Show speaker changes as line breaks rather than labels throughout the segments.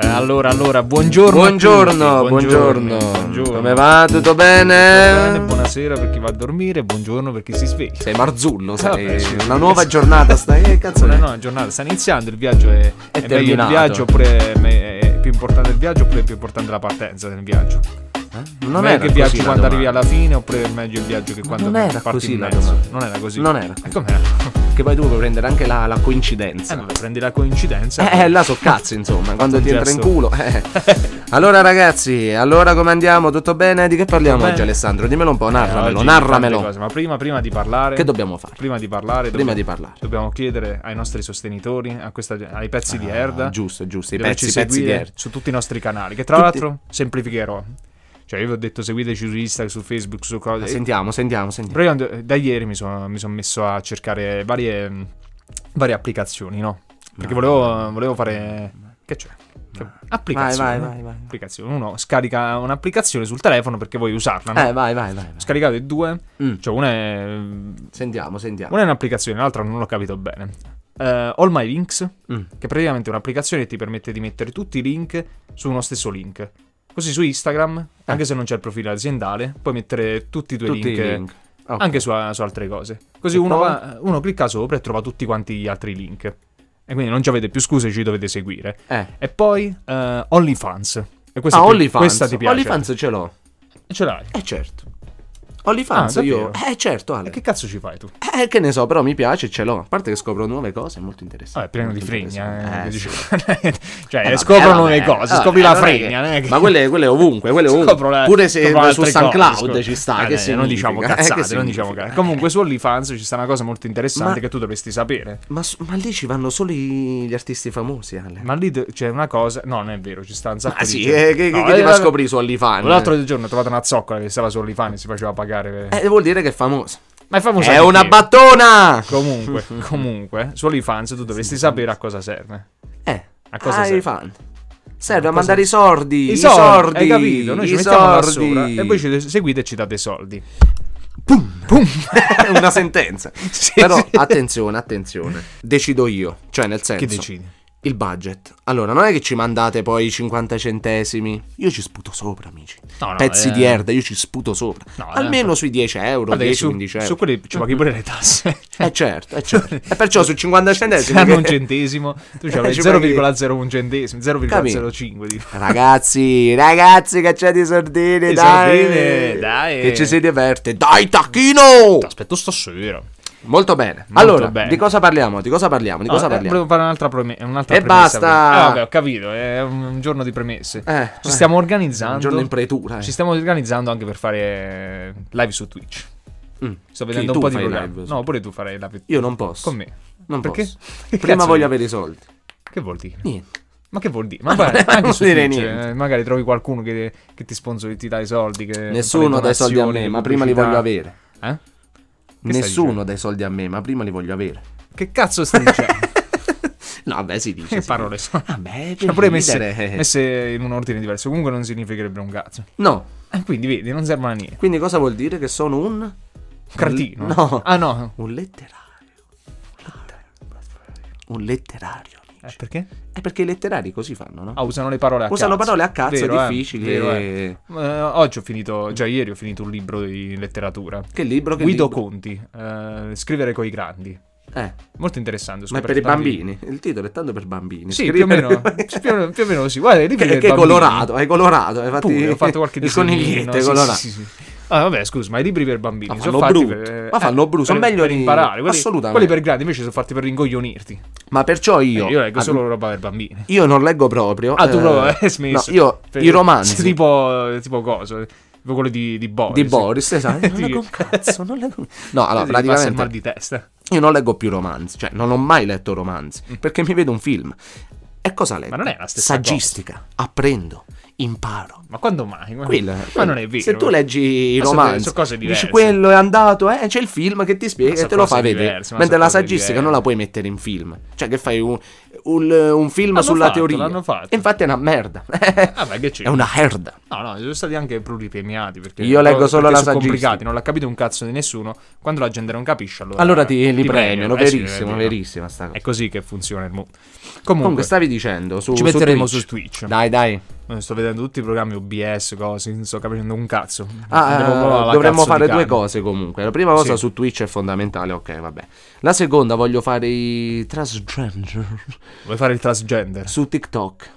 Eh, Allora, allora, buongiorno. a
Buongiorno,
tutti,
buongiorno,
buongiorno.
Come va? Tutto
Buongiorno,
bene?
Buonasera per chi va a dormire, buongiorno per chi si sveglia.
Sei Marzullo,
Ah, Vabbè, sì.
sei una nuova giornata stai. Eh, cazzo.
No, no, è giornata sta iniziando, il viaggio è,
È
è meglio il
terminato.
viaggio oppure è me- è più importante il viaggio oppure è più importante la partenza del viaggio.
Eh? Non
è
era
che viaggi
così la
quando
domanda.
arrivi alla fine oppure è meglio il viaggio che
Ma
quando
non
parti
era così
in
la
mezzo.
domanda.
Non era così.
Non era Eh,
E
così.
com'era?
Che poi tu puoi prendere anche la, la
Eh, certo.
coincidenza.
vabbè, prendi la coincidenza.
Eh, eh, là so cazzo, insomma, quando
un
ti entra in
gesto.
culo. eh. Allora, ragazzi, allora come andiamo? Tutto bene? Di che parliamo
Tutto
oggi,
bene.
Alessandro? Dimmelo un po',
Eh,
narramelo,
oggi
narramelo.
tante cose, Ma prima, prima di parlare,
Che dobbiamo fare?
prima di parlare,
Prima
dobbiamo-
di parlare.
Dobbiamo chiedere ai nostri sostenitori, a questa- ai pezzi di
Ah,
Erda,
Giusto, giusto, i
dove
pezzi,
ci
i pezzi di
seguire
Erda.
su tutti i nostri canali, che tra
Tutti-
l'altro semplificherò. Cioè, io vi ho detto seguiteci su Instagram, su Facebook, su
Ah,
cose.
Sentiamo, sentiamo, sentiamo.
Però io and- da ieri mi sono mi son messo a cercare varie, mh, varie applicazioni, no? Perché
Ma-
volevo, volevo fare... Che c'è? Che-
Ma- Vai,
Applicazioni.
vai, vai, vai.
Applicazioni. Uno scarica un'applicazione sul telefono perché vuoi usarla, no?
Eh, vai, vai, vai. vai.
Ho scaricato e due.
Mm.
Cioè, una è... Una
Sentiamo, sentiamo.
è un'applicazione, l'altra non l'ho capito bene. Eh, All My Links,
Mm.
che è praticamente un'applicazione che ti permette di mettere tutti i link su uno stesso link. Così su
Eh.
Instagram, anche se non c'è il profilo aziendale, puoi mettere tutti i tuoi
Tutti
link,
i link. Ok.
anche su, su altre cose. Così
E
uno,
poi?
va- uno clicca sopra e trova tutti quanti gli altri link. E quindi non ci avete più scuse, ci dovete seguire.
Eh.
E poi eh, OnlyFans. E questa
Ah,
è più-
OnlyFans.
Questa ti piace.
OnlyFans ce l'ho.
Ce l'hai.
Eh certo. OnlyFans
Ah,
io.
davvero?
Eh certo,
E
Ale.
che cazzo ci fai tu?
Eh, che ne so, però mi piace, ce l'ho. A parte che scopro nuove cose, è molto interessante.
Vabbè, pieno di
molto
fregna.
interessante.
eh,
Eh,
dicevo.
sì.
cioè,
Eh, vabbè,
scoprono
vabbè.
le cose,
Vabbè,
scopri la
non è che-
fregna. non è che-
Ma quelle, quelle ovunque, quelle ovunque.
Scopro la-
Pure se
scopro
su
altre
San
cose,
Cloud
scopro-
ci sta.
Eh,
che
dai, non diciamo
significa? Eh,
cazzate,
che
non diciamo
significa?
cazzate. Comunque su OnlyFans ci sta una cosa molto interessante
Ma-
che tu dovresti sapere.
Ma, su- ma lì ci vanno solo i- gli artisti famosi, Ale.
Ma lì d- c'è una cosa. No, non è vero, ci sta un sacco
Ah,
di
sì,
gente.
eh, che,
No,
che
eh,
ti fa
la-
scoprire su OnlyFans?
L'altro giorno ho trovato una zoccola che stava su OnlyFans e si faceva pagare. per-
Eh, vuol dire che è famoso.
Ma è famosa.
È
di
una
chi? Eh,
battona!
Comunque, comunque, su OnlyFans tu dovresti sapere a cosa serve.
Eh,
A cosa
ah,
serve?
i fan. Serve a
cosa-
mandare i sordi.
I
I
soldi,
sordi.
hai capito? Noi ci
i
mettiamo là
sordi.
sopra e voi ci seguite e ci date i soldi.
Pum, pum. È una sentenza.
Sì,
Però
sì.
attenzione, attenzione. Decido io. Cioè, nel senso.
Che decidi?
Il budget. Allora, non è che ci mandate poi i 50 centesimi. Io ci sputo sopra, amici.
No, no,
Pezzi
eh.
di erda, io ci sputo sopra.
No, eh.
Almeno sui 10 euro,
Guarda che su,
10-15 euro.
su quelli ci paghi pure le tasse.
Eh certo, eh certo. E perciò su 50
Se
centesimi.
hanno un
che- Eh,
centesimo, tu c'avrai
Ci
0,01 centesimo, 0,05.
Capito.
dico.
Ragazzi, ragazzi, che c'è di sordine,
Di
dai.
sordine, dai.
Che ci si diverte. Dai, tacchino!
Aspetto stasera.
Molto bene.
Molto
allora,
bene.
di cosa parliamo? Di cosa parliamo? Di cosa
Ah, eh,
parliamo?
volevo fare un'altra, prome- un'altra
E
premessa.
basta!
prima. Ah, vabbè, ho capito, è un un giorno di premesse.
Eh,
Ci
eh.
stiamo organizzando.
Un giorno in pretura, eh.
Ci stiamo organizzando anche per fare live su Twitch.
Mm.
Sto
Chi,
vedendo
tu
un po' di
fai
programmi.
live su-
No, pure tu farai live
Io non posso.
con me.
Non
Perché?
posso.
Che
Prima
cazzo
voglio
è?
avere i soldi.
Che vuol dire?
Niente.
Ma che vuol dire? Ma guarda,
non
anche su
vuol dire
Twitch,
niente.
eh, magari trovi qualcuno che, che ti sponsor, ti dà i soldi. che fa le
Nessuno dà i soldi a
donazioni, le
me, ma prima li
Eh, pubblicità.
voglio avere.
Eh? Che stai
Nessuno
dicendo?
dà i soldi a me, ma prima li voglio avere.
Che cazzo stai dicendo?
No, beh, si dice.
che
si
parole sono?
dice. Vabbè,
Eh, Cioè,
per
pure
Ah, ridere.
messe, messe in un ordine diverso. Comunque non significherebbe un cazzo.
No.
Eh, quindi vedi, non servono a niente.
Quindi cosa vuol dire che sono un
Cretino.
No.
Ah no.
un letterario. Un letterario,
Eh,
amici.
perché?
È perché i letterari così fanno, no?
Ah, usano le parole a
Usano
cazzo.
parole a cazzo
Vero, eh,
difficili
vero,
e-
eh. Eh, oggi ho finito, già ieri ho finito un libro di letteratura.
Che libro che
Guido
libro?
Conti, eh, Scrivere coi grandi.
Eh,
Molto interessante. ho
ma è
scoperto
per i
tanti-
bambini. Il titolo è tanto per bambini.
Sì, più o, meno,
Scrivere-
più, o meno, più o meno sì. Guarda, i libri
che,
per
che è
bambini.
colorato, è colorato. Hai fatto
Pure, ho fatto qualche
il
disegnino,
coniglietto è
sì,
colorato.
sì, sì, sì. Ah, vabbè, scusa, ma i libri per bambini
Ma
sono
fanno
fatti
brutto.
per, eh,
Ma fanno brutto, sono
per-
meglio
per
di-
imparare. Quelli,
Assolutamente.
quelli per grandi invece sono fatti per ringoglionirti.
Ma perciò io.
Eh, Io leggo
ad-
solo roba per bambini.
io non leggo proprio.
Ah, tu
eh,
proprio hai smesso.
No, io
Per-
i romanzi.
Tipo, tipo cosa? Tipo quello di, di Boris.
Di Boris, esatto. Non
Sì.
leggo un cazzo, non leggo- No, allora,
Ti passa il
praticamente
mal di testa.
io non leggo più romanzi, cioè non ho mai letto romanzi, perché mi vedo un film. E cosa leggo?
Mm. Ma non è la stessa
Saggistica, apprendo, imparo.
Ma quando mai? Ma-
Quello,
Ma
quello.
non è vero.
Se tu leggi i
Ma sono-
romanzi,
sono cose diverse.
dici quello è andato, eh, c'è il film che ti
Ma
spiega e
sono
te lo
cose
fa vedere.
diverse, ma
Mentre
sono
la
cose
saggistica non
diverse.
la puoi mettere in film. Cioè che fai un- un, un film
L'hanno
sulla
fatto,
teoria.
l'hanno fatto.
E infatti è una merda.
Vabbè, Ah, che c'è.
è una herda.
No, no, sono stati anche pluripremiati perché
Io leggo solo
perché
la
sono
saggistica.
complicati, non l'ha capito un cazzo di nessuno. Quando la gente non capisce, allora
Allora ti, li
ti
premiano,
eh sì,
verissimo,
eh,
verissima sta cosa.
È così che funziona il mondo.
Comunque
Comunque,
stavi dicendo su
ci metteremo su
Twitch.
Twitch.
Dai, dai.
Eh, Sto vedendo tutti i programmi OBS, cose, non sto capendo un cazzo. Devo provare
Ah,
la
dovremmo
cazzo di
fare due
carne.
cose comunque. La prima cosa
Sì.
su Twitch è fondamentale, ok, vabbè. La seconda voglio fare i transgender
Vuoi fare il transgender?
su TikTok.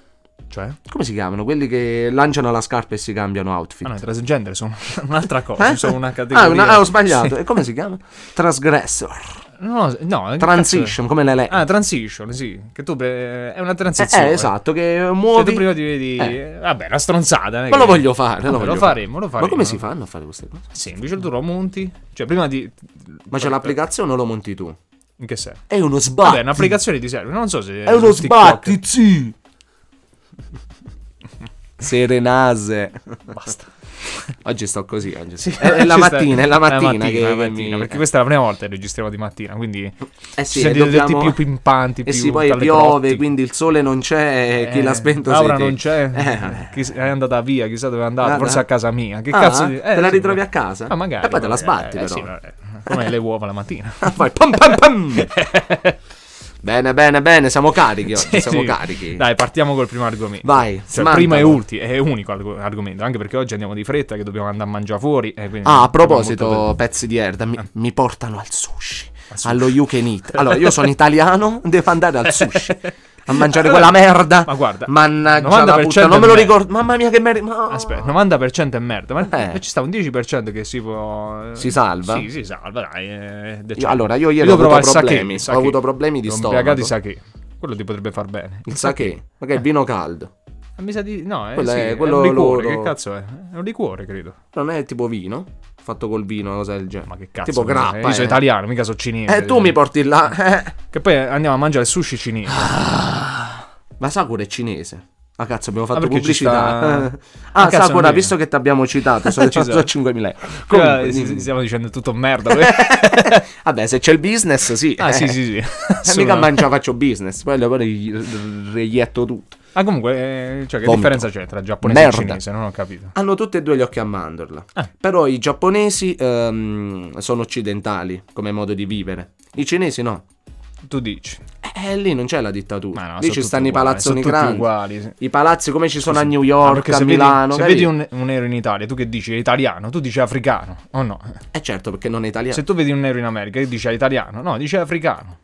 Cioè?
Come si chiamano? Quelli che lanciano la scarpa e si cambiano outfit.
Ah no, i transgender sono un'altra cosa,
Eh?
sono una categoria.
Ah, una- ah, ho sbagliato. E come si chiama? Transgressor.
No, no, che
Transition, come le le-
cazzo è? Ah, transition, sì, che tu pre- è una
Eh,
transizione.
eh, esatto, che
Cioè, tu
muovi.
prima di, di-
Eh.
vabbè, una stronzata, non è
Ma lo
che-
voglio fare.
Vabbè,
lo,
lo
voglio
faremo, lo faremo.
Ma come si fanno a fare queste cose?
È semplice, tu lo monti, cioè prima di
Ma c'è l'applicazione o lo monti tu?
in che senso?
È uno sbatti.
Vabbè, un'applicazione ti serve, non so se
È uno
su TikTok-
sbatti, sì. Serenase.
Basta.
Oggi sto così. Oggi
Sì,
sto- è, è la
ci sta-
mattina, è la mattina. che,
è la
che
mattina,
mi-
perché questa è la prima volta che registriamo di mattina, quindi
eh
ci
sì,
siamo
dobbiamo-
diventati più pimpanti,
Eh
più
sì, poi
dalle
piove,
crotti.
quindi il sole non c'è.
Eh,
chi l'ha spento
Laura
sei te.
non c'è,
Eh, vabbè.
Chi s- è andata via, chissà dove è andata,
Ah,
forse
no.
a casa mia. Che
Ah,
cazzo di...
te la ritrovi a casa?
Ah, magari.
E poi te la sbatti,
Eh,
però.
sì, vabbè. come le uova la mattina.
Poi pam, pam, pam. bene, bene, bene. Siamo carichi oggi.
Sì,
siamo
sì.
diciamo, carichi.
Dai, partiamo col primo argomento.
Vai,
Cioè,
smantalo.
primo e ultimo, è unico arg- argomento, anche perché oggi andiamo di fretta che dobbiamo andare a mangiare fuori. eh, quindi abbiamo
Ah, a
molto
proposito,
tempo.
pezzi di erda, mi, mi portano al sushi.
Al sushi.
Allo you can eat. Allora, io sono italiano, devo andare al sushi. A mangiare quella merda.
Ma guarda,
Mannaggia la
90%
puttana, non me
è
lo
merda.
ricordo. Mamma mia, che merda. ma-
Aspetta, 90% è merda, ma
Eh.
ma ci sta un 10% che si può... eh,
Si salva?
Sì, si salva, dai. eh, decente.
Io- allora, io ieri
Io
ho avuto
provo al sake,
problemi.
il sake.
Ho avuto problemi di
Sono
stomaco.
ubriacato di sake. Quello ti potrebbe far bene.
Il sake, ma che è vino caldo.
Ah, Mi sa di... No, eh,
Quello
sì,
è-
è,
quello
un liquore,
loro-
che cazzo è? È un liquore, credo.
Non è tipo vino? Fatto col vino, una cosa del genere.
Ma che cazzo?
Tipo
mi-
grappa.
Io sono
eh.
italiano, mica sono cinese. cioè.
Eh, tu mi Ah, porti là. eh.
Che poi andiamo a mangiare il sushi cinese.
Ah. Ma Sakura è cinese. Ah cazzo, abbiamo
Ah,
fatto
perché ci
pubblicità.
sta-
Ah,
Ah, cazzo, non
Sakura,
è-
visto che ti abbiamo citato, sono
Ci sta. eh,
5.000 euro.
Comunque,
Comunque, mm.
s-
dimmi.
stiamo dicendo tutto merda. poi-
Vabbè, se c'è il business, sì.
ah, sì,
Eh.
sì, sì.
Eh, mica
Assolutamente.
mangia, faccio business. Poi poi gli- reietto tutto.
Ah, comunque, eh, cioè, che
Vomito.
differenza c'è tra giapponese
Merda.
e cinese? Non ho capito.
Hanno tutti e due gli occhi a mandorla.
Ah.
Però i giapponesi ehm, sono occidentali come modo di vivere. I cinesi no.
Tu dici.
Eh, lì non c'è la dittatura.
Ma no,
lì
sono
ci
tutti
stanno i
uguali,
palazzoni
sono tutti
grandi.
uguali, sì.
I palazzi come ci sono a
Sì.
New
Ah,
York,
perché
a
se
Milano.
Vedi, se
capito?
vedi un, un nero in Italia, tu che dici è italiano, tu dici africano. O no?
Eh certo, perché non è italiano.
Se tu vedi un nero in America, che dici è italiano, no, dici è africano.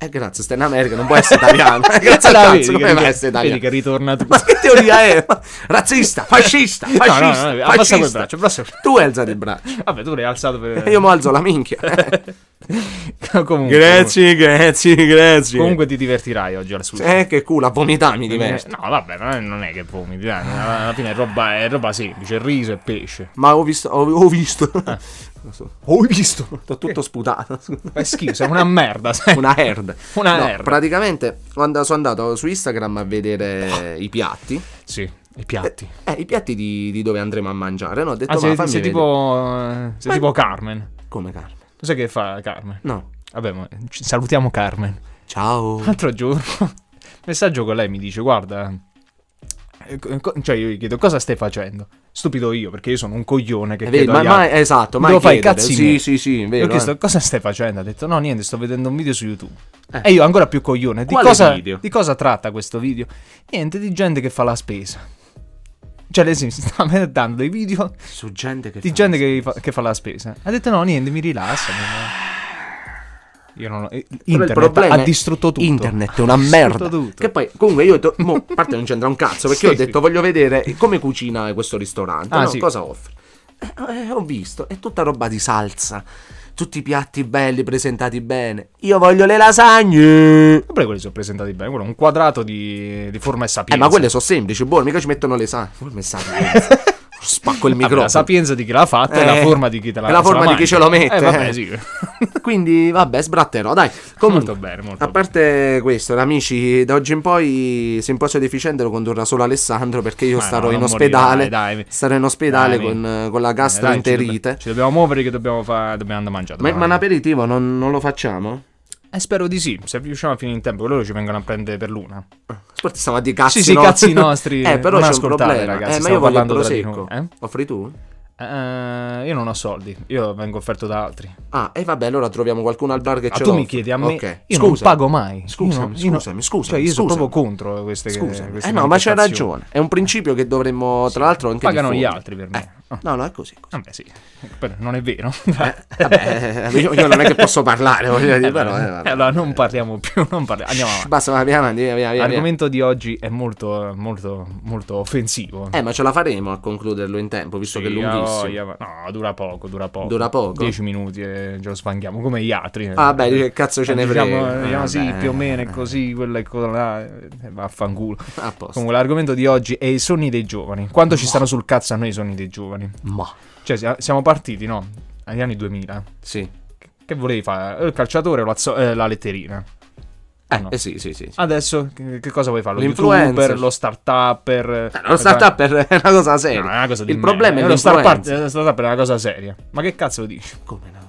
Eh, grazie, stai in America, non può essere italiano. Eh, grazie al
Allora,
cazzo,
vedi
come
che-
vai a essere italiano?
Vedi che ritorna tutto.
Ma che teoria è? Razzista, fascista,
No, no, no,
fascista,
abbassa quel
fascista.
braccio, Eh. abbassa quel-
Tu alza il braccio.
Vabbè, tu l'hai alzato per...
Io mo alzo la minchia.
comunque,
grazie, grazie.
Comunque ti divertirai oggi al sushi.
Eh, che culo, a vomitare mi diverto.
No, vabbè, non è, non è che vomiti, dai. Alla fine è roba, è roba semplice, riso e pesce.
Ma ho visto, ho, ho visto. Non so,
Ah. Ho visto. Eh.
T'ho tutto sputato.
È schifo, sei una merda, sai.
Una herd.
Una
No,
herd.
Praticamente ho and- sono andato su Instagram a vedere i piatti.
Sì, i Ah. piatti.
Eh, i piatti di, di dove andremo a mangiare. No, ho detto,
Ah,
ma
sei,
fammi
sei
vedere.
tipo... eh, Sei
Ma-
tipo Carmen.
Come Carmen?
Tu sai che fa Carmen?
No.
Vabbè, ma ci- salutiamo Carmen.
Ciao.
L'altro giorno, messaggio con lei mi dice: Guarda, eh, co- cioè io gli chiedo cosa stai facendo. Stupido io, perché io sono un coglione che
Eh, vedi,
chiedo
ma,
agli
ma
altri.
esatto,
Mi
ma
devo fare i
chiedere.
cazzi
Sì,
miei.
sì, sì,
Io
vero.
ho chiesto
eh.
cosa stai facendo? Ha detto no, niente, sto vedendo un video su YouTube.
Eh.
E io ancora più coglione. Di
Quale
cosa,
video?
di cosa tratta questo video? Niente, di gente che fa la spesa. Cioè, lei si sta dando dei video
Su gente che
di
fa-
gente che fa, che fa la spesa. Ha detto no, niente, mi rilassa. mi- Io non ho... eh,
Però il
Internet
problema
ha
è-
distrutto tutto.
Internet è una
Ha distrutto
merda.
tutto.
Che poi, comunque, io. to- mo, a parte non c'entra un cazzo perché
Sì,
io ho
sì.
detto voglio vedere come cucina questo ristorante.
Ah,
no?
sì.
Cosa offre? Eh, eh, ho visto, è tutta roba di salsa. Tutti i piatti belli presentati bene. Io voglio le lasagne.
Vabbè, quelli sono presentati bene. Quello è un quadrato di, di forma e
Eh,
sapienza.
ma quelle sono semplici, buone, mica ci mettono le sa. Forme e sapienza. Spacco il
Vabbè,
microfono.
La sapienza di chi l'ha fatta e
Eh,
la forma di chi te l'ha
è la forma di chi ce lo mette.
Eh, vabbè, sì.
Quindi, vabbè, sbratterò, dai. Comunque,
molto bene, molto
a parte questo, amici, da oggi in poi Simposio Deficiente lo condurrà solo Alessandro perché io
Ma
starò
no,
in
non
ospedale.
morire, dai, dai.
starò in ospedale
Dai,
con, con la
bene. Eh, dai, ci,
gastroenterite.
Certo, dobbiamo- ci dobbiamo muovere che dobbiamo, fa- dobbiamo andare a mangiare.
ma, ma un
domani.
aperitivo non, non lo facciamo?
Eh, spero di sì, se riusciamo a finire in tempo, che loro ci vengono a prendere per l'una.
Aspetta, stiamo a dire cazzi
sì, sì,
nostri.
cazzi nostri.
Eh, però
non
c'è un
ascoltate,
problema.
ragazzi,
eh, ma
stiamo
io voglio il
parlando tra di
prosecco.
noi, eh?
Offri tu?
Eh, io non ho soldi, io vengo offerto da altri.
Ah, e vabbè, allora troviamo qualcuno al bar che
Ma
ce
Ah, tu
lo
mi
offre.
chiedi a me,
Ok.
io non
Scusa.
pago mai. Io
Scusami,
non- io non-
scusami, scusami,
Cioè, io sono
scusami.
proprio contro queste
Scusa,
queste
eh no, ma c'è
manifestazioni.
ragione. È un principio che dovremmo, tra l'altro, anche
Pagano gli
diffondere.
altri per me.
Eh,
Ah.
No, no, è così. così.
Vabbè, sì. Però non è vero.
Eh, vabbè, io, io non è che posso parlare, voglio dire,
Eh,
però. eh,
vabbè.
vabbè.
allora non parliamo più, non parliamo. Andiamo
Shh,
avanti.
Basta, va, via, avanti, via, via, via.
L'argomento di oggi è molto, molto, molto offensivo.
Eh, ma ce la faremo a concluderlo in tempo, visto
Sì,
che è
ah,
lunghissimo.
ia- no, dura poco, dura poco.
Dura poco?
10 minuti e ce lo sfanghiamo come gli altri.
Ah, beh, che cazzo ce ne
Diciamo,
frega.
diciamo
Ah,
sì,
beh.
più o meno è così, quella e quella là. eh, Vaffanculo.
A posto.
Comunque, l'argomento di oggi è i sogni dei giovani. Quanto ci stanno sul cazzo a noi i sogni dei giovani?
Ma.
Cioè, sia- siamo partiti, no? Agli anni 2000.
Sì.
Che volevi fare? Il calciatore o la, zo- eh, la letterina?
Eh,
No.
eh sì, sì, sì. sì.
Adesso che, che cosa vuoi fare? Lo
L'influencer.
youtuber, lo startupper?
Eh, non sta a per è una cosa
No, è
seria.
una cosa di
Il problema è
merda. lo startup
l'influencer.
lo startup è una cosa seria. Ma che cazzo dici?
Come no?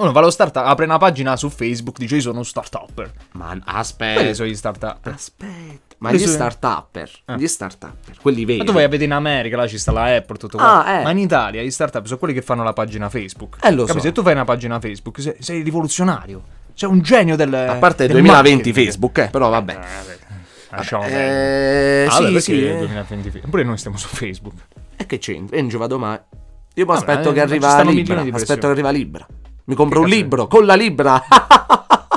Uno va allo startup, apre una pagina su Facebook, dice io sono uno startupper.
Ma n-
Quelli
aspetta.
sono gli startup.
Ah, Aspetta. Ma
Quelli
gli
sono-
start-upper,
Ah.
gli start-upper, quelli veri.
Ma tu vai a vedere in America, là ci sta la Apple, tutto
Ah,
qua.
eh.
Ma in Italia gli startup sono quelli che fanno la pagina Facebook.
Eh, lo
Capisci?
so.
Se tu fai una pagina Facebook sei, sei rivoluzionario. Sei un genio del
A parte il
del
2020
Eh, marketing.
Facebook, eh, però vabbè.
Eh,
Diciamo,
Lasciamo perdere.
Eh,
Ah, vabbè,
sì,
perché
sì.
il
eh.
2020 Facebook? Pure noi stiamo su Facebook.
E eh, che c'entra? Io non ci vado mai. Io mi
Vabbè,
aspetto
eh,
che
ci
arriva
stanno
Libra.
milioni di
Aspetto
persone.
che arriva Libra. Mi compro
Che
un
cazzo è?
libro con la Libra.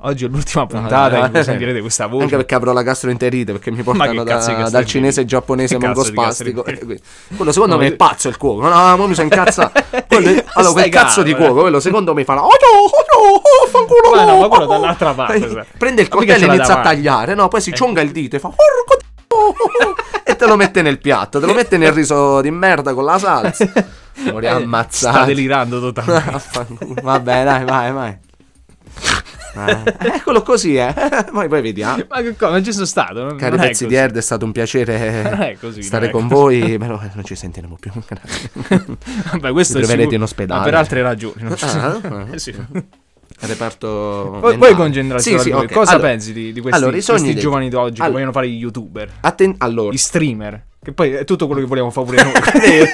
Oggi è l'ultima puntata in
Eh,
cui sentirete questa voce.
Anche perché avrò la gastroenterite, perché mi portano
che
da-
cazzo di
dal
gastroenterite?
cinese giapponese
Che cazzo di
mongospastico.
gastroenterite?
Eh, quindi- quello secondo
No,
me è
io-
pazzo il cuoco. No, no, mo mi sono incazzato. Quello- allora, quel
Stai
cazzo di
calmo,
cuoco,
eh.
quello secondo me fa la- Oh no, oh no, oh, fanculo.
Ma no, ma
oh,
quello
oh".
dall'altra parte, sai.
Prende il
Ma mica
coltello e
ce l'ha
inizia a
davanti. Eh.
tagliare, no? Poi si cionga il dito e fa "Porco d- oh, oh, oh", E te lo mette nel piatto, te lo mette nel riso di merda con la salsa. Muori ammazzato.
Eh, Sta delirando totalmente.
Vaffanculo. Vabbè, dai, vai, vai. Eh, eccolo così, eh. Poi, poi vediamo.
Ma che cosa? Non ci sono stato. Non,
Cari
non è
pezzi
così.
di Erd, è stato un piacere
Non è così,
stare
non è
con voi, però eh, non ci sentiremo più. Grazie.
Vabbè, questo
Mi
è
prevedete
sicuro,
in ospedale.
Ma per altre ragioni. non ci
Ah,
sono-
ah.
Eh, sì.
Reparto.
Poi,
mentale.
poi concentrarci
Sì, sì,
sull'argomento.
ok.
Cosa
Allora-
pensi di, di questi,
allora, i sogni
questi
dei-
giovani di oggi che
Allora-
vogliono fare gli youtuber,
Atten- allora.
gli streamer? Che poi è tutto quello che vogliamo fare pure noi.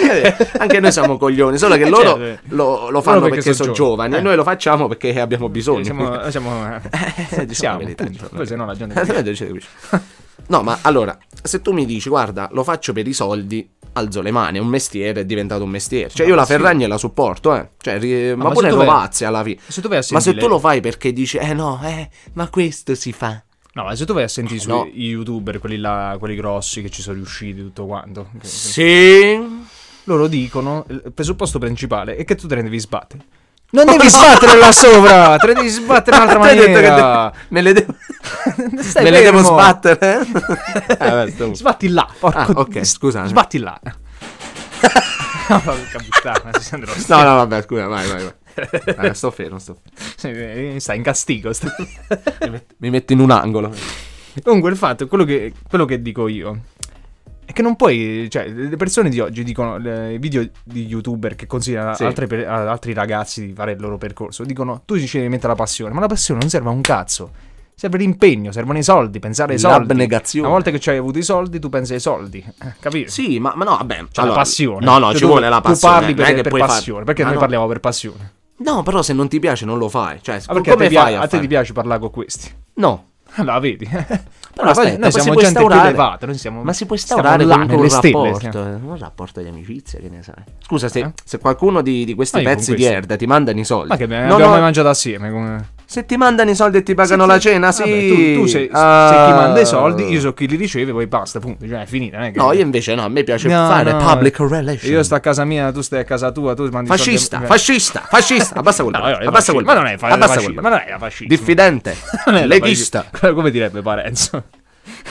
Anche noi siamo coglioni, solo che loro
Cioè,
lo, lo
loro
fanno
perché
perché
sono
sono
giovani.
giovani e
Eh.
noi lo facciamo perché abbiamo bisogno.
siamo, eh, siamo,
Eh, diciamo
siamo
la verità,
appunto.
diciamo la
Poi se no la gente...
Eh, non ci capisci. No, ma allora, se tu mi dici, guarda, lo faccio per i soldi, alzo le mani, è un mestiere, è diventato un mestiere. Cioè, io la
sì. Ah,
Ferragni la supporto, eh. Cioè, ri- ma,
ma
pure
se tu vai-
Rovazzi alla fine.
Se tu vai a
Ma se
sentire-
tu lo fai perché dici, eh no, eh, ma questo si fa.
No, ma se tu vai a sentire sui
Eh, no.
i youtuber, quelli là, quelli grossi che ci sono riusciti, tutto quanto. che-
Sì.
Loro dicono il presupposto principale è che tu te ne devi sbattere. Non devi sbattere là sopra, te ne devi sbattere in un'altra
Ti ho detto che
maniera.
te- me le devo,
Stai
me le devo
fermo.
sbattere. eh, vabbè, sto-
Sbatti là, porco.
Ah, ok, scusami.
Sbatti là. Porca puttana, si sente lo
No, no, vabbè, scusa, vai, vai, vai. Vai, sto fermo, sto fermo.
st- Sta in castigo. sta-
Mi metto in un angolo.
Comunque il fatto, quello che, quello che dico io, è che non puoi, cioè le persone di oggi dicono, le- i video di youtuber che consigliano
Sì.
altre per- ad altri ragazzi di fare il loro percorso, dicono tu ci devi mettere la passione, ma la passione non serve a un cazzo, serve l'impegno, servono i soldi, pensare ai soldi.
L'abnegazione.
Una volta che ci hai avuto i soldi tu pensi ai soldi, eh, capito?
Sì, ma, ma no, vabbè.
C'è la
allora,
passione.
No, no,
Cioè,
ci
tu-
vuole la passione.
Tu parli
non è
per,
che
per
puoi far-
passione, perché
Ma
noi
no.
parliamo per passione.
No, però se non ti piace non lo fai. Cioè,
Ma perché a
come
te,
fai
pia-
a,
a te
fare?
ti piace parlare con questi?
No.
Allora, vedi. Però
aspetta,
noi
poi si
siamo
può
gente più
instaurare-
elevata, noi siamo
Ma si può
stiamo
instaurare
là
comunque
nelle
un
stelle,
rapporto,
stiamo-
eh, un rapporto di amicizia, che ne sai. Scusa, se,
Eh?
se qualcuno di, di questi
Ma io con
pezzi di
questo-
erda ti mandano i soldi,
Ma che abbiamo
No,
abbiamo
no,
mai mangiato assieme? Come...
se ti mandano i soldi e ti pagano
Sì,
la
sì.
cena, sì.
Vabbè, tu, tu sei,
Ah.
sei chi manda i soldi, io so chi li riceve, poi basta, punto. Cioè, è finita. non è che-
No, io invece no, a me piace
No,
fare
no,
public relations.
Io sto a casa mia, tu stai a casa tua, tu mandi i soldi a-
Fascista, fascista, fascista. Abbassa quel
No,
braccio,
no, è
abbassa
fascismo.
quel
Ma non è
braccio,
fa-
abbassa
fascismo,
quel
ma non è la fascismo.
Diffidente,
Non è la
leghista.
fascismo. Come direbbe Parenzo.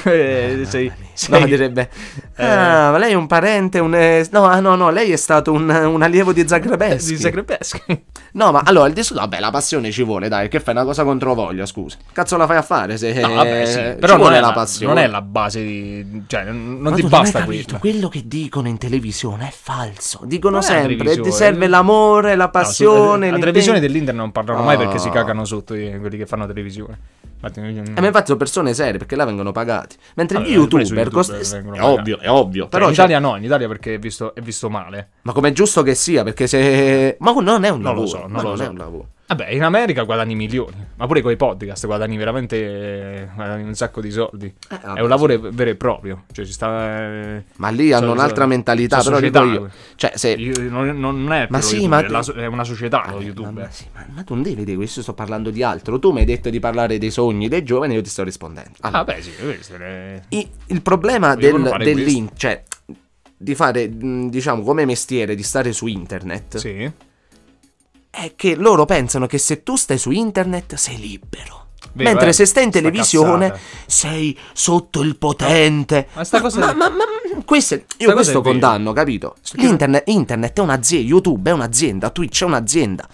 Eh, sei,
No,
sei-
direbbe.
Eh.
Ah, ma lei è un parente, un. eh, No, ah, no, no, lei è stato un, un allievo di Zagrebeschi.
di Zagrebeschi.
No, ma allora il dis- Vabbè, la passione ci vuole, dai. Che fai una cosa contro voglia, scusa. Cazzo la fai a fare? Se...
No, vabbè, sì.
Eh, ci
Però non
vuole
è
la,
la,
passione.
non è la base di... Cioè, non, non
Ma
ti
tu hai
basta
mai capito?
questo.
Quello che dicono in televisione è falso. Dicono
Non è la
sempre: ti
televisione.
serve l'amore, la
No, su- eh,
passione.
la
l'intento".
televisione dell'Inter non parlano mai perché si
Ah. Eh,
cagano sotto i- quelli che fanno televisione. Infatti, io-
E mi infatti sono persone serie perché là vengono pagati. Mentre
Vabbè,
gli
pure su
youtuber.
YouTube
cost-
vengono
È
pagati.
ovvio, è ovvio.
Cioè,
Però
in
cioè-
Italia no, in Italia perché è visto, è visto male.
Ma com'è giusto che sia? Perché se. Ma non è un
Non
lavoro.
lo so, non
ma
lo
non
so.
è un lavoro.
Vabbè, in America guadagni milioni, ma pure con i podcast guadagni veramente eh, guadagni un sacco di soldi.
Eh,
È
vabbè.
un lavoro vero e proprio. Cioè, ci sta. eh,
Ma lì hanno
so-
un'altra
so-
mentalità.
so
Però
società. eh.
dico io. Cioè, se.
Io- non, non è
Ma
per lo
sì,
youtuber,
ma
è,
te-
la so- è una società
Ah,
lo
beh,
youtuber.
Ma, sì, ma, ma tu non devi vedere questo, io sto parlando di altro. Tu mi hai detto di parlare dei sogni dei giovani, io ti sto rispondendo. Allora,
Ah, beh, sì, questo è-
i- il problema
Voglio
del,
fare
dell'in- cioè di fare, mh, diciamo, come mestiere di stare su internet,
Sì.
è che loro pensano che se tu stai su internet sei libero.
Beh,
Mentre
beh,
se stai in
sta
televisione
cazzata.
sei sotto il potente.
Ma sta cosa-
ma- ma- ma- questo è-
cosa
io questo
è vera.
condanno, capito?
Perché-
Internet, internet è un'azienda, YouTube è un'azienda, Twitch è un'azienda.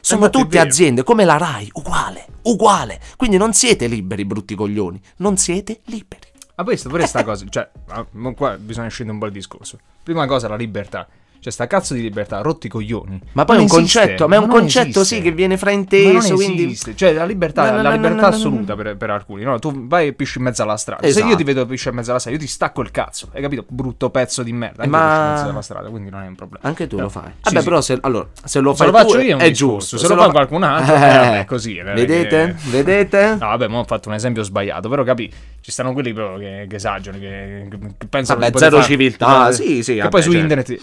Sono
infatti è
tutte
vero.
aziende come la RAI, uguale, uguale. Quindi non siete liberi, brutti coglioni. Non siete liberi.
Ma poi sta- Ah, pure sta cosa, cioè, ah, mo qua bisogna scendere un po' il discorso. Prima cosa, la libertà. Cioè, sta cazzo di libertà, rotti i coglioni.
Ma poi è
Non
un
esiste,
concetto, ma è un
non
concetto
esiste.
sì che viene
Ma non
frainteso, quindi...
esiste. Cioè, la libertà,
No, no,
la
no,
libertà
no, no,
assoluta Per, per alcuni. No, tu vai e pisci in mezzo alla strada. Se io
Esatto.
ti vedo pisci in mezzo alla strada, io ti stacco il cazzo. Hai capito? Brutto pezzo di merda. Anche
Eh, Ma-
io piscio in mezzo alla strada, quindi non è un problema.
Anche tu
Eh,
lo fai.
sì,
Vabbè,
sì.
però se, allora, se lo
Se
fai
lo faccio
tu
io è un discorso,
giusto.
se lo fa qualcun altro, eh, vabbè, è così, eh,
Vedete?
perché-
Vedete?
No, vabbè, mo ho fatto un esempio sbagliato, però capi, ci stanno quelli proprio che, che esagerano, che, che pensano
Vabbè,
di poter
zero
fare-
civiltà,
di fare-
sì, sì,
Che
vabbè,
poi su
certo.
internet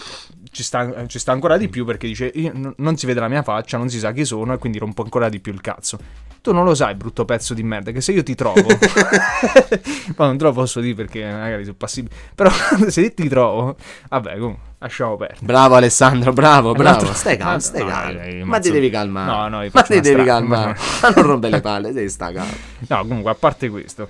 ci sta, ci sta ancora di più perché dice "Io n- non si vede la mia faccia, non si sa chi sono e quindi rompo ancora di più il cazzo. Tu non lo sai, brutto pezzo di merda, che se io ti trovo... Ma non te lo posso dire perché magari sono passibile. Però se io ti trovo... Vabbè, comunque, lasciamo perdere.
Bravo Alessandro, bravo,
Eh,
bravo.
l'altro-
Stai calmo,
no,
stai
no,
calmo.
eh,
ma ti
mazzo-
devi calmare.
No, no, io
ma
faccio
ti
una
devi
stra-
calmare. Ma non rompere le palle, devi sta
No, comunque, a parte questo,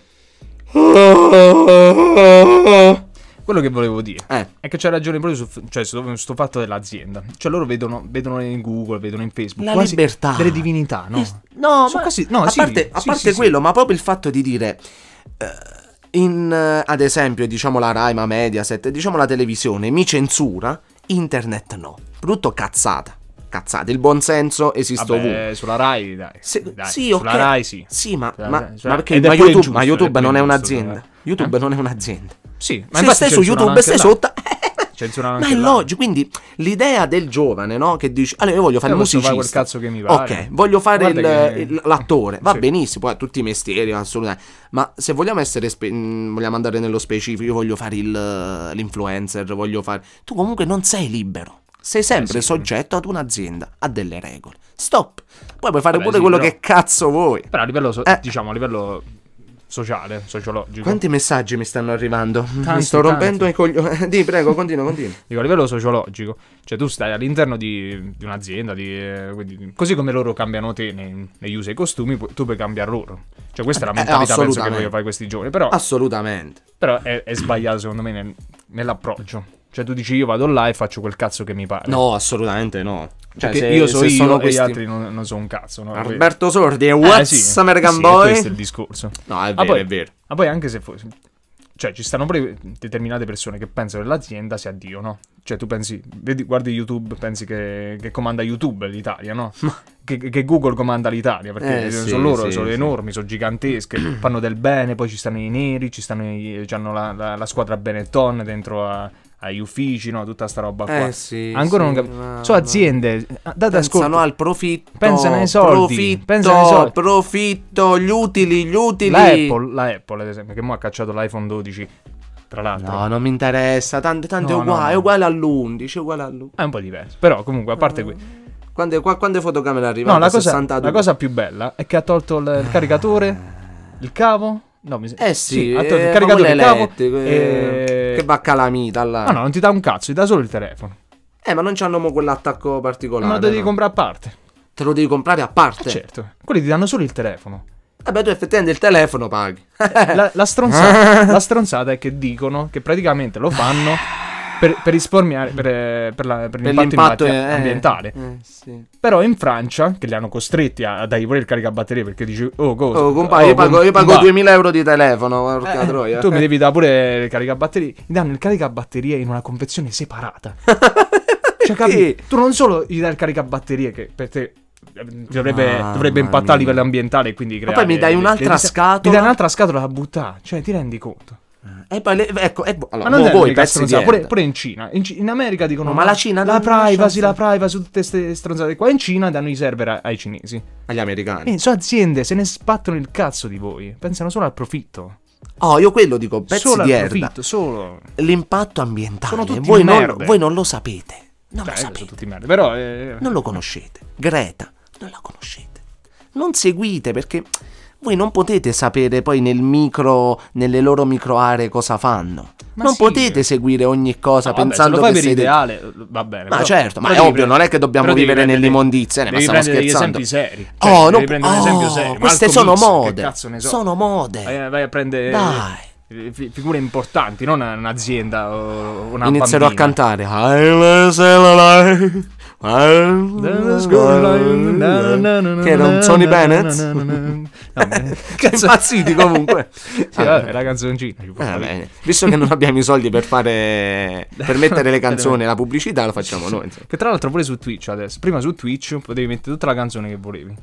calmo.
quello che volevo dire...
Eh,
È che c'è ragione proprio su cioè, su- sto fatto dell'azienda. Cioè, loro vedono, vedono in Google, vedono in Facebook.
La
quasi
libertà.
Delle divinità, no?
Eh, No,
Sono
ma
quasi- no,
a
sì,
parte, a
sì,
parte
sì, sì.
quello, ma proprio il fatto di dire. eh, in, eh, ad esempio, diciamo la Rai, ma Mediaset, diciamo la televisione mi censura, internet no. Brutto cazzata. Cazzate, il buonsenso esiste
Vabbè,
ovunque.
sulla Rai, dai.
Se-
dai,
sì,
sulla
ok.
Rai, sì.
ma,
Sulla
ma-
Rai,
ma
sulla-
perché
ed è
ma
pure
YouTube,
ingiusto,
ma YouTube
è pure cioè. Eh?
non è
ingiusto,
un'azienda.
sulla-
YouTube non è un'azienda.
Sì, ma
Se
infatti
stai
censurano
su YouTube e
anche
stai
là.
sotto.
Censurano
Ma
anche
è
là.
logico. Quindi l'idea del giovane, no? Che dici, allora io voglio fare
Io
il
posso fare
musicista.
Eh, quel cazzo che mi pare.
Ok, voglio fare il-
Guarda che-
il- l'attore. Va
Sì.
benissimo, poi tutti i mestieri, assolutamente. Ma se vogliamo essere. spe- mm, vogliamo andare nello specifico, io voglio fare il- l'influencer, voglio fare. Tu comunque non sei libero. Sei sempre
Eh, sì.
soggetto ad un'azienda, a delle regole. Stop. Poi puoi fare
Vabbè,
pure
sì,
quello
però-
che cazzo vuoi.
Però a livello, so-
Eh.
diciamo, a livello sociale, sociologico.
Quanti messaggi mi stanno arrivando? mi
Tanti,
sto rompendo
tanti.
i coglioni. Di, prego, continua, continua.
Dico, a livello sociologico, cioè tu stai all'interno di, di un'azienda, di, eh, quindi- così come loro cambiano te nei- negli usi e costumi, pu- tu puoi cambiare loro. Cioè questa è la
Eh,
mentalità penso che
assolutamente.
voglio fare questi giorni, però,
Assolutamente.
però è, è sbagliato secondo me nel- nell'approccio. Cioè tu dici io vado là e faccio quel cazzo che mi pare.
No, assolutamente no. Cioè,
Perché
se-
io so
se
io
sono
e gli
questi-
altri non, non so un cazzo. No?
Alberto Sordi e
Eh,
What's
sì.
American
Sì, è
Boy?
questo è il discorso.
No, è
Ma
vero,
Ah, poi-
è vero.
Ma poi anche se fosse... Cioè, ci stanno pure determinate persone che pensano che l'azienda sia Dio, no? Cioè, tu pensi, vedi, guardi YouTube, pensi che, che comanda YouTube l'Italia, no? Che, che Google comanda l'Italia, perché
Eh,
sono
sì,
loro,
sì,
sono
sì.
enormi, sono gigantesche, fanno del bene, poi ci stanno i neri, ci stanno i, hanno la, la- la squadra Benetton dentro a- agli uffici, no? Tutta sta roba qua.
Eh, sì,
Ancora
sì,
non capisco.
ma-
Sono aziende, date
Pensano
ascolto.
al profitto.
Pensano ai soldi,
Profitto,
pensano ai soldi.
profitto, gli utili, gli utili.
La Apple, la Apple, ad esempio, che mo ha cacciato l'iPhone 12, tra l'altro.
No, non mi interessa. Tanto,
No,
tanto è uguale.
no, no.
È uguale all'11. È uguale all'11.
È un po' diverso. Però comunque, a parte qui.
Quando, qua- quando fotocamera arriva?
No, la cosa, la cosa più bella è che ha tolto il, il caricatore, il cavo. No, mi
Eh sì,
ha tolto
eh,
il
ma
caricatore, il
quello
cavo.
elettrico, eh,
e-
Che baccalamita là.
No, no, non ti dà un cazzo, ti dà solo il telefono.
Eh, ma non c'hanno mo quell'attacco
Ma
particolare.
lo devi
no?
comprare a parte.
Te lo devi comprare a
Eh,
parte.
certo, quelli ti danno solo il telefono.
Vabbè, tu effettivamente il telefono paghi.
La, la stronzata, la stronzata è che dicono che praticamente lo fanno per, per risparmiare per, per la- per
Per
l'impatto,
l'impatto
immati-
eh,
ambientale.
eh, sì.
Però in Francia, che li hanno costretti a, a dargli pure il caricabatterie perché dici, oh, cosa?
Oh, compagno, io
com-
pago, io pago
compa-
2000 euro di telefono. Porca
Eh,
troia.
Tu mi devi dare pure il caricabatterie. Mi danno il caricabatterie in una confezione separata. Cioè, capi? Tu non solo gli dai il caricabatterie che per te eh, dovrebbe,
Mamma
dovrebbe impattare a
mia.
livello ambientale e quindi
Ma
creare
poi mi dai
dei-
un'altra
dei- mi
scatola.
dai un'altra scatola da buttare cioè ti rendi conto
E poi le- ecco, e, allora,
ma non
mo
è
voi
l'unica
pezzi di
stronzata, pure,
merda.
pure in Cina in, Ci- in America dicono
No, ma la Cina
la
non- non
privacy
lascia-
la privacy tutte queste stronzate qua in Cina danno i server a- ai cinesi
agli americani.
e su aziende se ne sbattono il cazzo di voi pensano solo al profitto
Oh, io quello dico, pezzi
solo
di
al
merda.
profitto solo
L'impatto ambientale.
Sono tutti
voi, non,
merde.
voi non lo sapete. Non
Cioè,
lo
sono
sapete.
tutti merda però eh,
Non lo conoscete. Greta, non la conoscete. Non seguite perché voi non potete sapere poi nel micro, nelle loro micro aree cosa fanno.
Ma
non
sì.
potendono seguire ogni cosa
No, vabbè, se
pensando
lo fai
che
per
siete...
ideale, va bene.
Ma
però-
certo, ma
però
è
devi
ovvio, non è che dobbiamo
però devi
vivere
prendere-
nell'immondizia, ne- ma
devi
stiamo
prendere degli
scherzando.
esempi seri.
Oh,
Cioè,
non-
devi prendere un esempio
oh,
serio.
queste
Malcolm
sono
X, che
mode,
cazzo ne so.
sono mode.
Vai, vai a prendere
Dai.
eh, fi- figure importanti, non un'azienda o una
Inizierò a
bambina.
cantare. Che era un Tony Bennett.
No, ma-
Cazzo, impazziti comunque.
Sì, vabbè, la canzoncina. ci può
Eh,
fare.
bene. Visto che non abbiamo i soldi per fare per mettere le canzoni e la pubblicità, lo facciamo noi. insomma.
Che tra l'altro pure su Twitch adesso. Prima su Twitch potevi mettere tutta la canzone che volevi.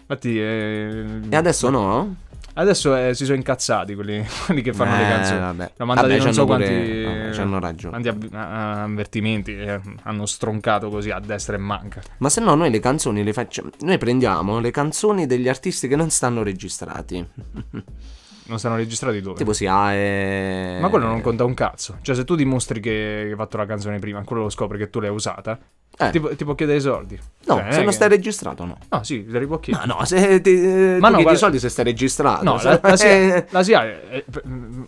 Infatti, eh,
E adesso no?
adesso eh, si sono incazzati quelli, quelli che fanno le
Eh,
canzoni.
vabbè.
L'ho mandato non
Vabbè, c'hanno
so
pure-
quanti,
vabbè, c'hanno ragione.
quanti ab- a- a- avvertimenti eh, hanno stroncato così a destra e manca.
Ma se no, noi le canzoni le facciamo. Noi prendiamo le canzoni degli artisti che non stanno registrati.
Non stanno registrati dove?
tipo si ha. eh,
Ma quello non conta un cazzo. Cioè, se tu dimostri che che hai fatto la canzone prima, quello lo scopre che tu l'hai usata,
Eh.
ti, pu- ti può chiedere i soldi.
No,
Cioè,
se
è
non
che-
stai registrato, no.
No, sì, te li può chiedere.
Ma no, se ti,
Ma
ma
no,
no,
guarda-
i soldi se stai registrato.
No,
se-
la, la SIA,
Ah, eh,
la SIA è,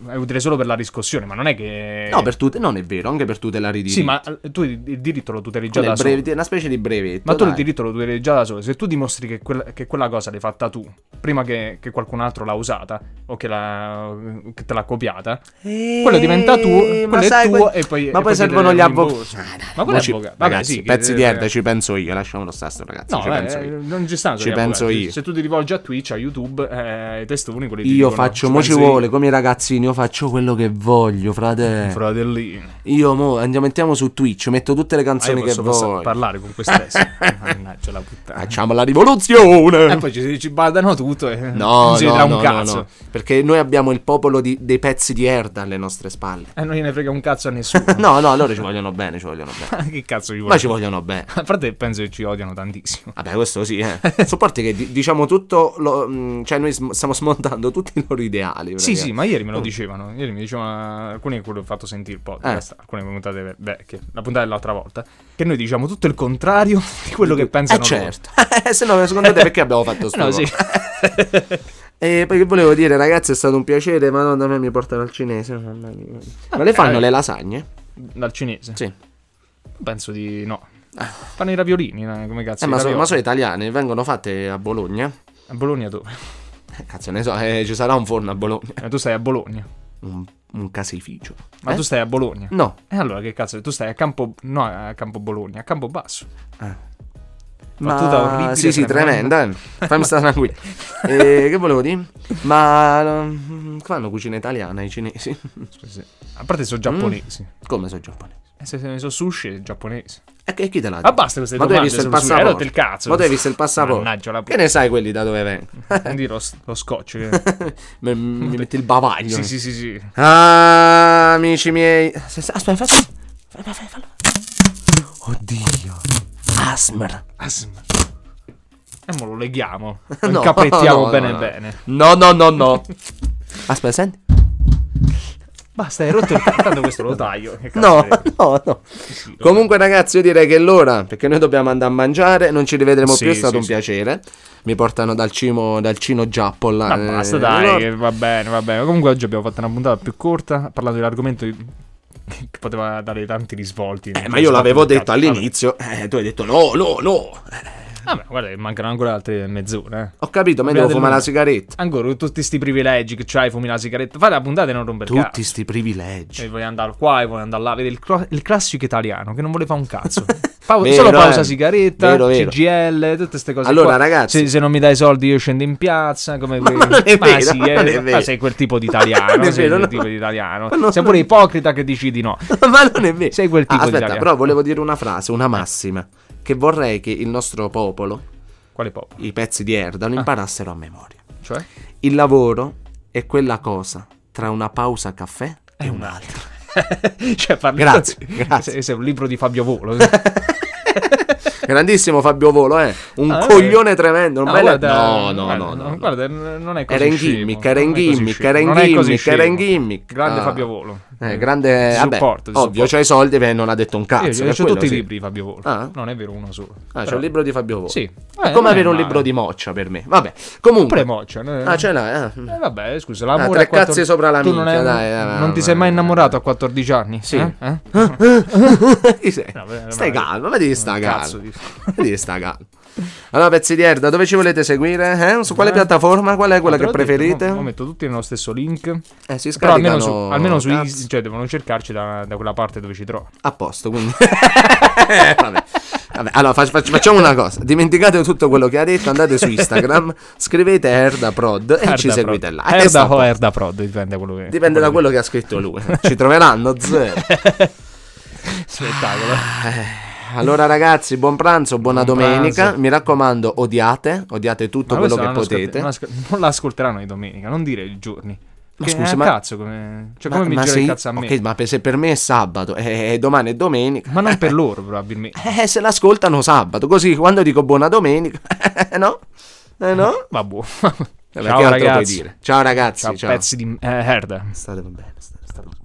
è utile solo per la riscossione, ma non è che...
no, per tute, non è vero, anche per tutelare i diritti.
Sì, ma tu il il diritto lo tuteli già
Quello è
da
il brevi-
solo.
cioè, una specie di brevetto.
Ma tu il
dai.
diritto lo tuteli già da solo. Se tu dimostri che, quella- che quella cosa l'hai fatta tu, prima che, che qualcun altro l'ha usata o che, l'ha- che te l'ha copiata,
Eh,
quello diventa tu,
ma
quello è
sai,
tuo
que-
e poi- e
Ma
poi
poi servono
chiedere
gli
un
avvocati.
rimborso. Ma quello è avvocato. Vabbè,
Ragazzi,
sì, che-
pezzi di
eh,
erda, ci penso io. Lasciamolo stare, sto ragazzo.
No,
ci
eh,
penso io.
non ci stanno.
Ci
gli avvocati.
penso io.
Se tu ti rivolgi a Twitch, a YouTube, eh, i testoni quelli ti
Io
dicono,
faccio,
"Ci
mo ci
pensi io".
vuole, come i ragazzini, io faccio quello che voglio, frate.
Fratellino.
Io mo andiamo, mettiamo su Twitch, metto tutte le
Ah, io
canzoni
posso,
che
posso
voglio.
parlare con quest'esso. Mannaggia la puttana.
Facciamo la rivoluzione.
E Eh, poi ci, ci badano tutto e
Eh, No,
non si
no,
vedrà
no,
un
no,
cazzo.
no. Perché noi abbiamo il popolo di- dei pezzi di erda alle nostre spalle.
E Eh, non gliene frega un cazzo a nessuno.
No, no, loro ci vogliono bene, ci vogliono bene.
che cazzo ci vuole?
Ma ci vogliono bene.
A parte che penso che ci odiano tantissimo.
Vabbè, questo sì, eh. Sopporti che di- diciamo tutto, lo- mh, cioè noi sm- stiamo smontando tutti i loro ideali.
Sì, sì,
praticamente.
ma ieri me lo dicevano. Ieri mi dicevano alcuni che ho fatto sentire il
Eh.
podcast, alcune puntate ve- vecchie, la puntata dell'altra volta, che noi diciamo tutto il contrario di quello che pensano
Eh certo. Se no, secondo te perché abbiamo fatto sto
loro. No, sì.
cosa? E poi che volevo dire, ragazzi, è stato un piacere, madonna mia, mi portano al cinese. mamma mia. Ma le fanno le lasagne? Eh,
Dal cinese.
Sì.
Penso di no. Fanno i raviolini, eh, come cazzo.
Eh,
i
ma, sono,
ravioli.
ma sono italiane, vengono fatte a Bologna.
A Bologna dove?
Eh, Cazzo, ne so, eh, ci sarà un forno a Bologna.
Eh, tu stai a Bologna.
Un, un caseificio.
Ma
Eh?
tu stai a Bologna.
No.
E allora che cazzo? Tu stai a Campo... No, a Campo Bologna, a Campo Basso. Battuta orribile,
Eh. Sì, sì,
tremenda.
tremenda. eh. Fammi stare tranquillo. Eh, che volevo dire? Ma mm, fanno cucina italiana i cinesi.
Scusi. A parte
Mm.
sono giapponesi.
Come sono giapponesi?
E se se ne sono sushi è giapponese.
E che- e chi te l'ha detto?
Ma basta queste
Ma tu hai
domande.
visto il
sul sushi. Hai rotto
passaporto?
il cazzo.
Ma tu hai visto il passaporto?
Mannaggia la
Che ne sai quelli da dove vengono?
puttana. Dire lo, lo scotch. che-
Mi, mi metti il bavaglio.
sì, sì, sì, sì.
Ah, amici miei. Se- se- Aspetta, faccio. Fai- fai- fai- fallo. Oddio. Asmer.
Asm. E Eh, mo lo leghiamo. Lo
No,
incaprettiamo
no,
bene
no, no.
bene.
No, no, no, no. Aspetta, senti.
Basta, hai rotto il Tanto questo lo taglio. Che cazzo
No,
è?
no, no.
Sì, lo-
Comunque, ragazzi, io direi che è l'ora. Perché noi dobbiamo andare a mangiare. Non ci rivedremo
Sì,
più. È
sì,
stato un
sì.
piacere. Mi portano dal, cimo, dal cino Giappo. là,
Ma
eh,
Ah, basta, dai,
allora-
che va bene, va bene. Comunque oggi abbiamo fatto una puntata più corta, parlando dell'argomento che che poteva dare tanti risvolti. Esatto,
Eh, ma io l'avevo detto all'inizio. Eh, tu hai detto no, no, no. Eh,
Vabbè, guarda, che mancano ancora altre mezz'ora. eh.
Ho capito, ma
Prima
devo
del
fumare
lungo.
la sigaretta.
Ancora tutti questi privilegi che c'hai, fumi la sigaretta. Fai la puntata e non rompere il
Tutti
cazzo.
sti privilegi.
E voglio andare qua e voglio andare là. Vedi il, cro- il classico italiano che non voleva un cazzo. Pa-
Vero,
solo pausa
eh.
sigaretta,
Vero, vero.
CGL, tutte queste cose.
Allora,
qua.
ragazzi-
se, se non mi dai i soldi, io scendo in piazza. Come
Ma non è
ma
vero,
sì,
non
eh,
è vero.
ma sei quel tipo di italiano.
Non è
sei
vero,
quel
no.
tipo di italiano.
Ma non-
sei pure ipocrita che dici di no.
ma non è vero.
Sei quel tipo
Ah,
di
aspetta,
italiano.
però volevo dire una frase, una massima. Che vorrei che il nostro popolo,
Quale popolo?
i pezzi di Erda, lo
Ah.
imparassero a memoria.
Cioè?
Il lavoro è quella cosa tra una pausa caffè
Eh.
e un'altra.
cioè, parli-
Grazie, grazie.
Sei, sei un libro di Fabio Volo.
Grandissimo Fabio Volo, eh. Un
Ah,
coglione
eh.
tremendo.
No,
un bel-
guarda,
no, no,
guarda,
no, no, no.
Guarda, n- non è così.
Era in
scemo,
gimmick, era in
non è così
gimmick,
scemo,
era in
non è così
gimmick, era in
scemo.
gimmick.
Grande
Ah.
Fabio Volo.
Eh, grande
Di
vabbè,
supporto, di
ovvio,
supporto.
c'hai i soldi e non ha detto un cazzo.
Io,
per
io ho
quello
tutti
sì.
i libri di Fabio Volo.
Ah.
Non è vero uno solo.
Ah, c'ho
Però-
il libro di Fabio Volo.
Sì. Eh,
È
non
come
è
avere un
male.
libro di moccia per me. Vabbè, comunque.
Pure Moccia. eh.
Ah, ce l'hai. eh.
Eh, vabbè, scusa, l'amore
Ah, tre
a quattro-
cazzi sopra la
tu non,
minchia, dai, dai,
non ti
dai,
sei mai
dai.
innamorato a 14 anni?
Sì.
Eh? Eh?
Eh? Chi sei?
No, beh,
Stai
ma-
calmo, vedi che sta
Un cazzo
calmo.
di-
Vedi che sta calmo. Allora, pezzi di erda, dove ci volete seguire? eh? Su quale
Eh?
piattaforma? Qual è quella
Ma te
che
l'ho detto,
preferite?
mo- mo metto tutti nello stesso link.
Eh, si
Però almeno
scaricano
su, almeno su
cazzo,
Is- cioè devono cercarci da, da quella parte dove ci trovo.
a posto, quindi. Eh, Vabbè. Vabbè, allora fac- fac- facciamo una cosa, dimenticate tutto quello che ha detto, andate su Instagram, scrivete Erda Prod e Eh, ci seguite là. E sta
Erda
a
o
posto.
Erda Prod, dipende quello che
Dipende da quello che ha scritto lui. Ci troveranno zero.
Spettacolo.
Eh, Allora ragazzi, buon pranzo, buona
Buon
domenica.
pranzo.
Mi raccomando, odiate, odiate tutto
Ma
quello
Ah, questo
che
non lo ascolt-
potete.
non, ascol- non l'ascolteranno di domenica, non dire i giorni.
Ma
Che
scusa,
è un
ma-
cazzo come cioè come mi gira
sì,
il cazzo a me.
ok, ma per- se per me è sabato e e domani è domenica,
Ma non per loro probabilmente.
eh, se l'ascoltano sabato, così quando dico buona domenica, eh no? Eh no?
Va buono. Ciao
Vabbè, che altro puoi
ragazzi.
dire? Ciao ragazzi,
Ciao
ciao.
pezzi di eh, Erda.
State bene, state, state bene.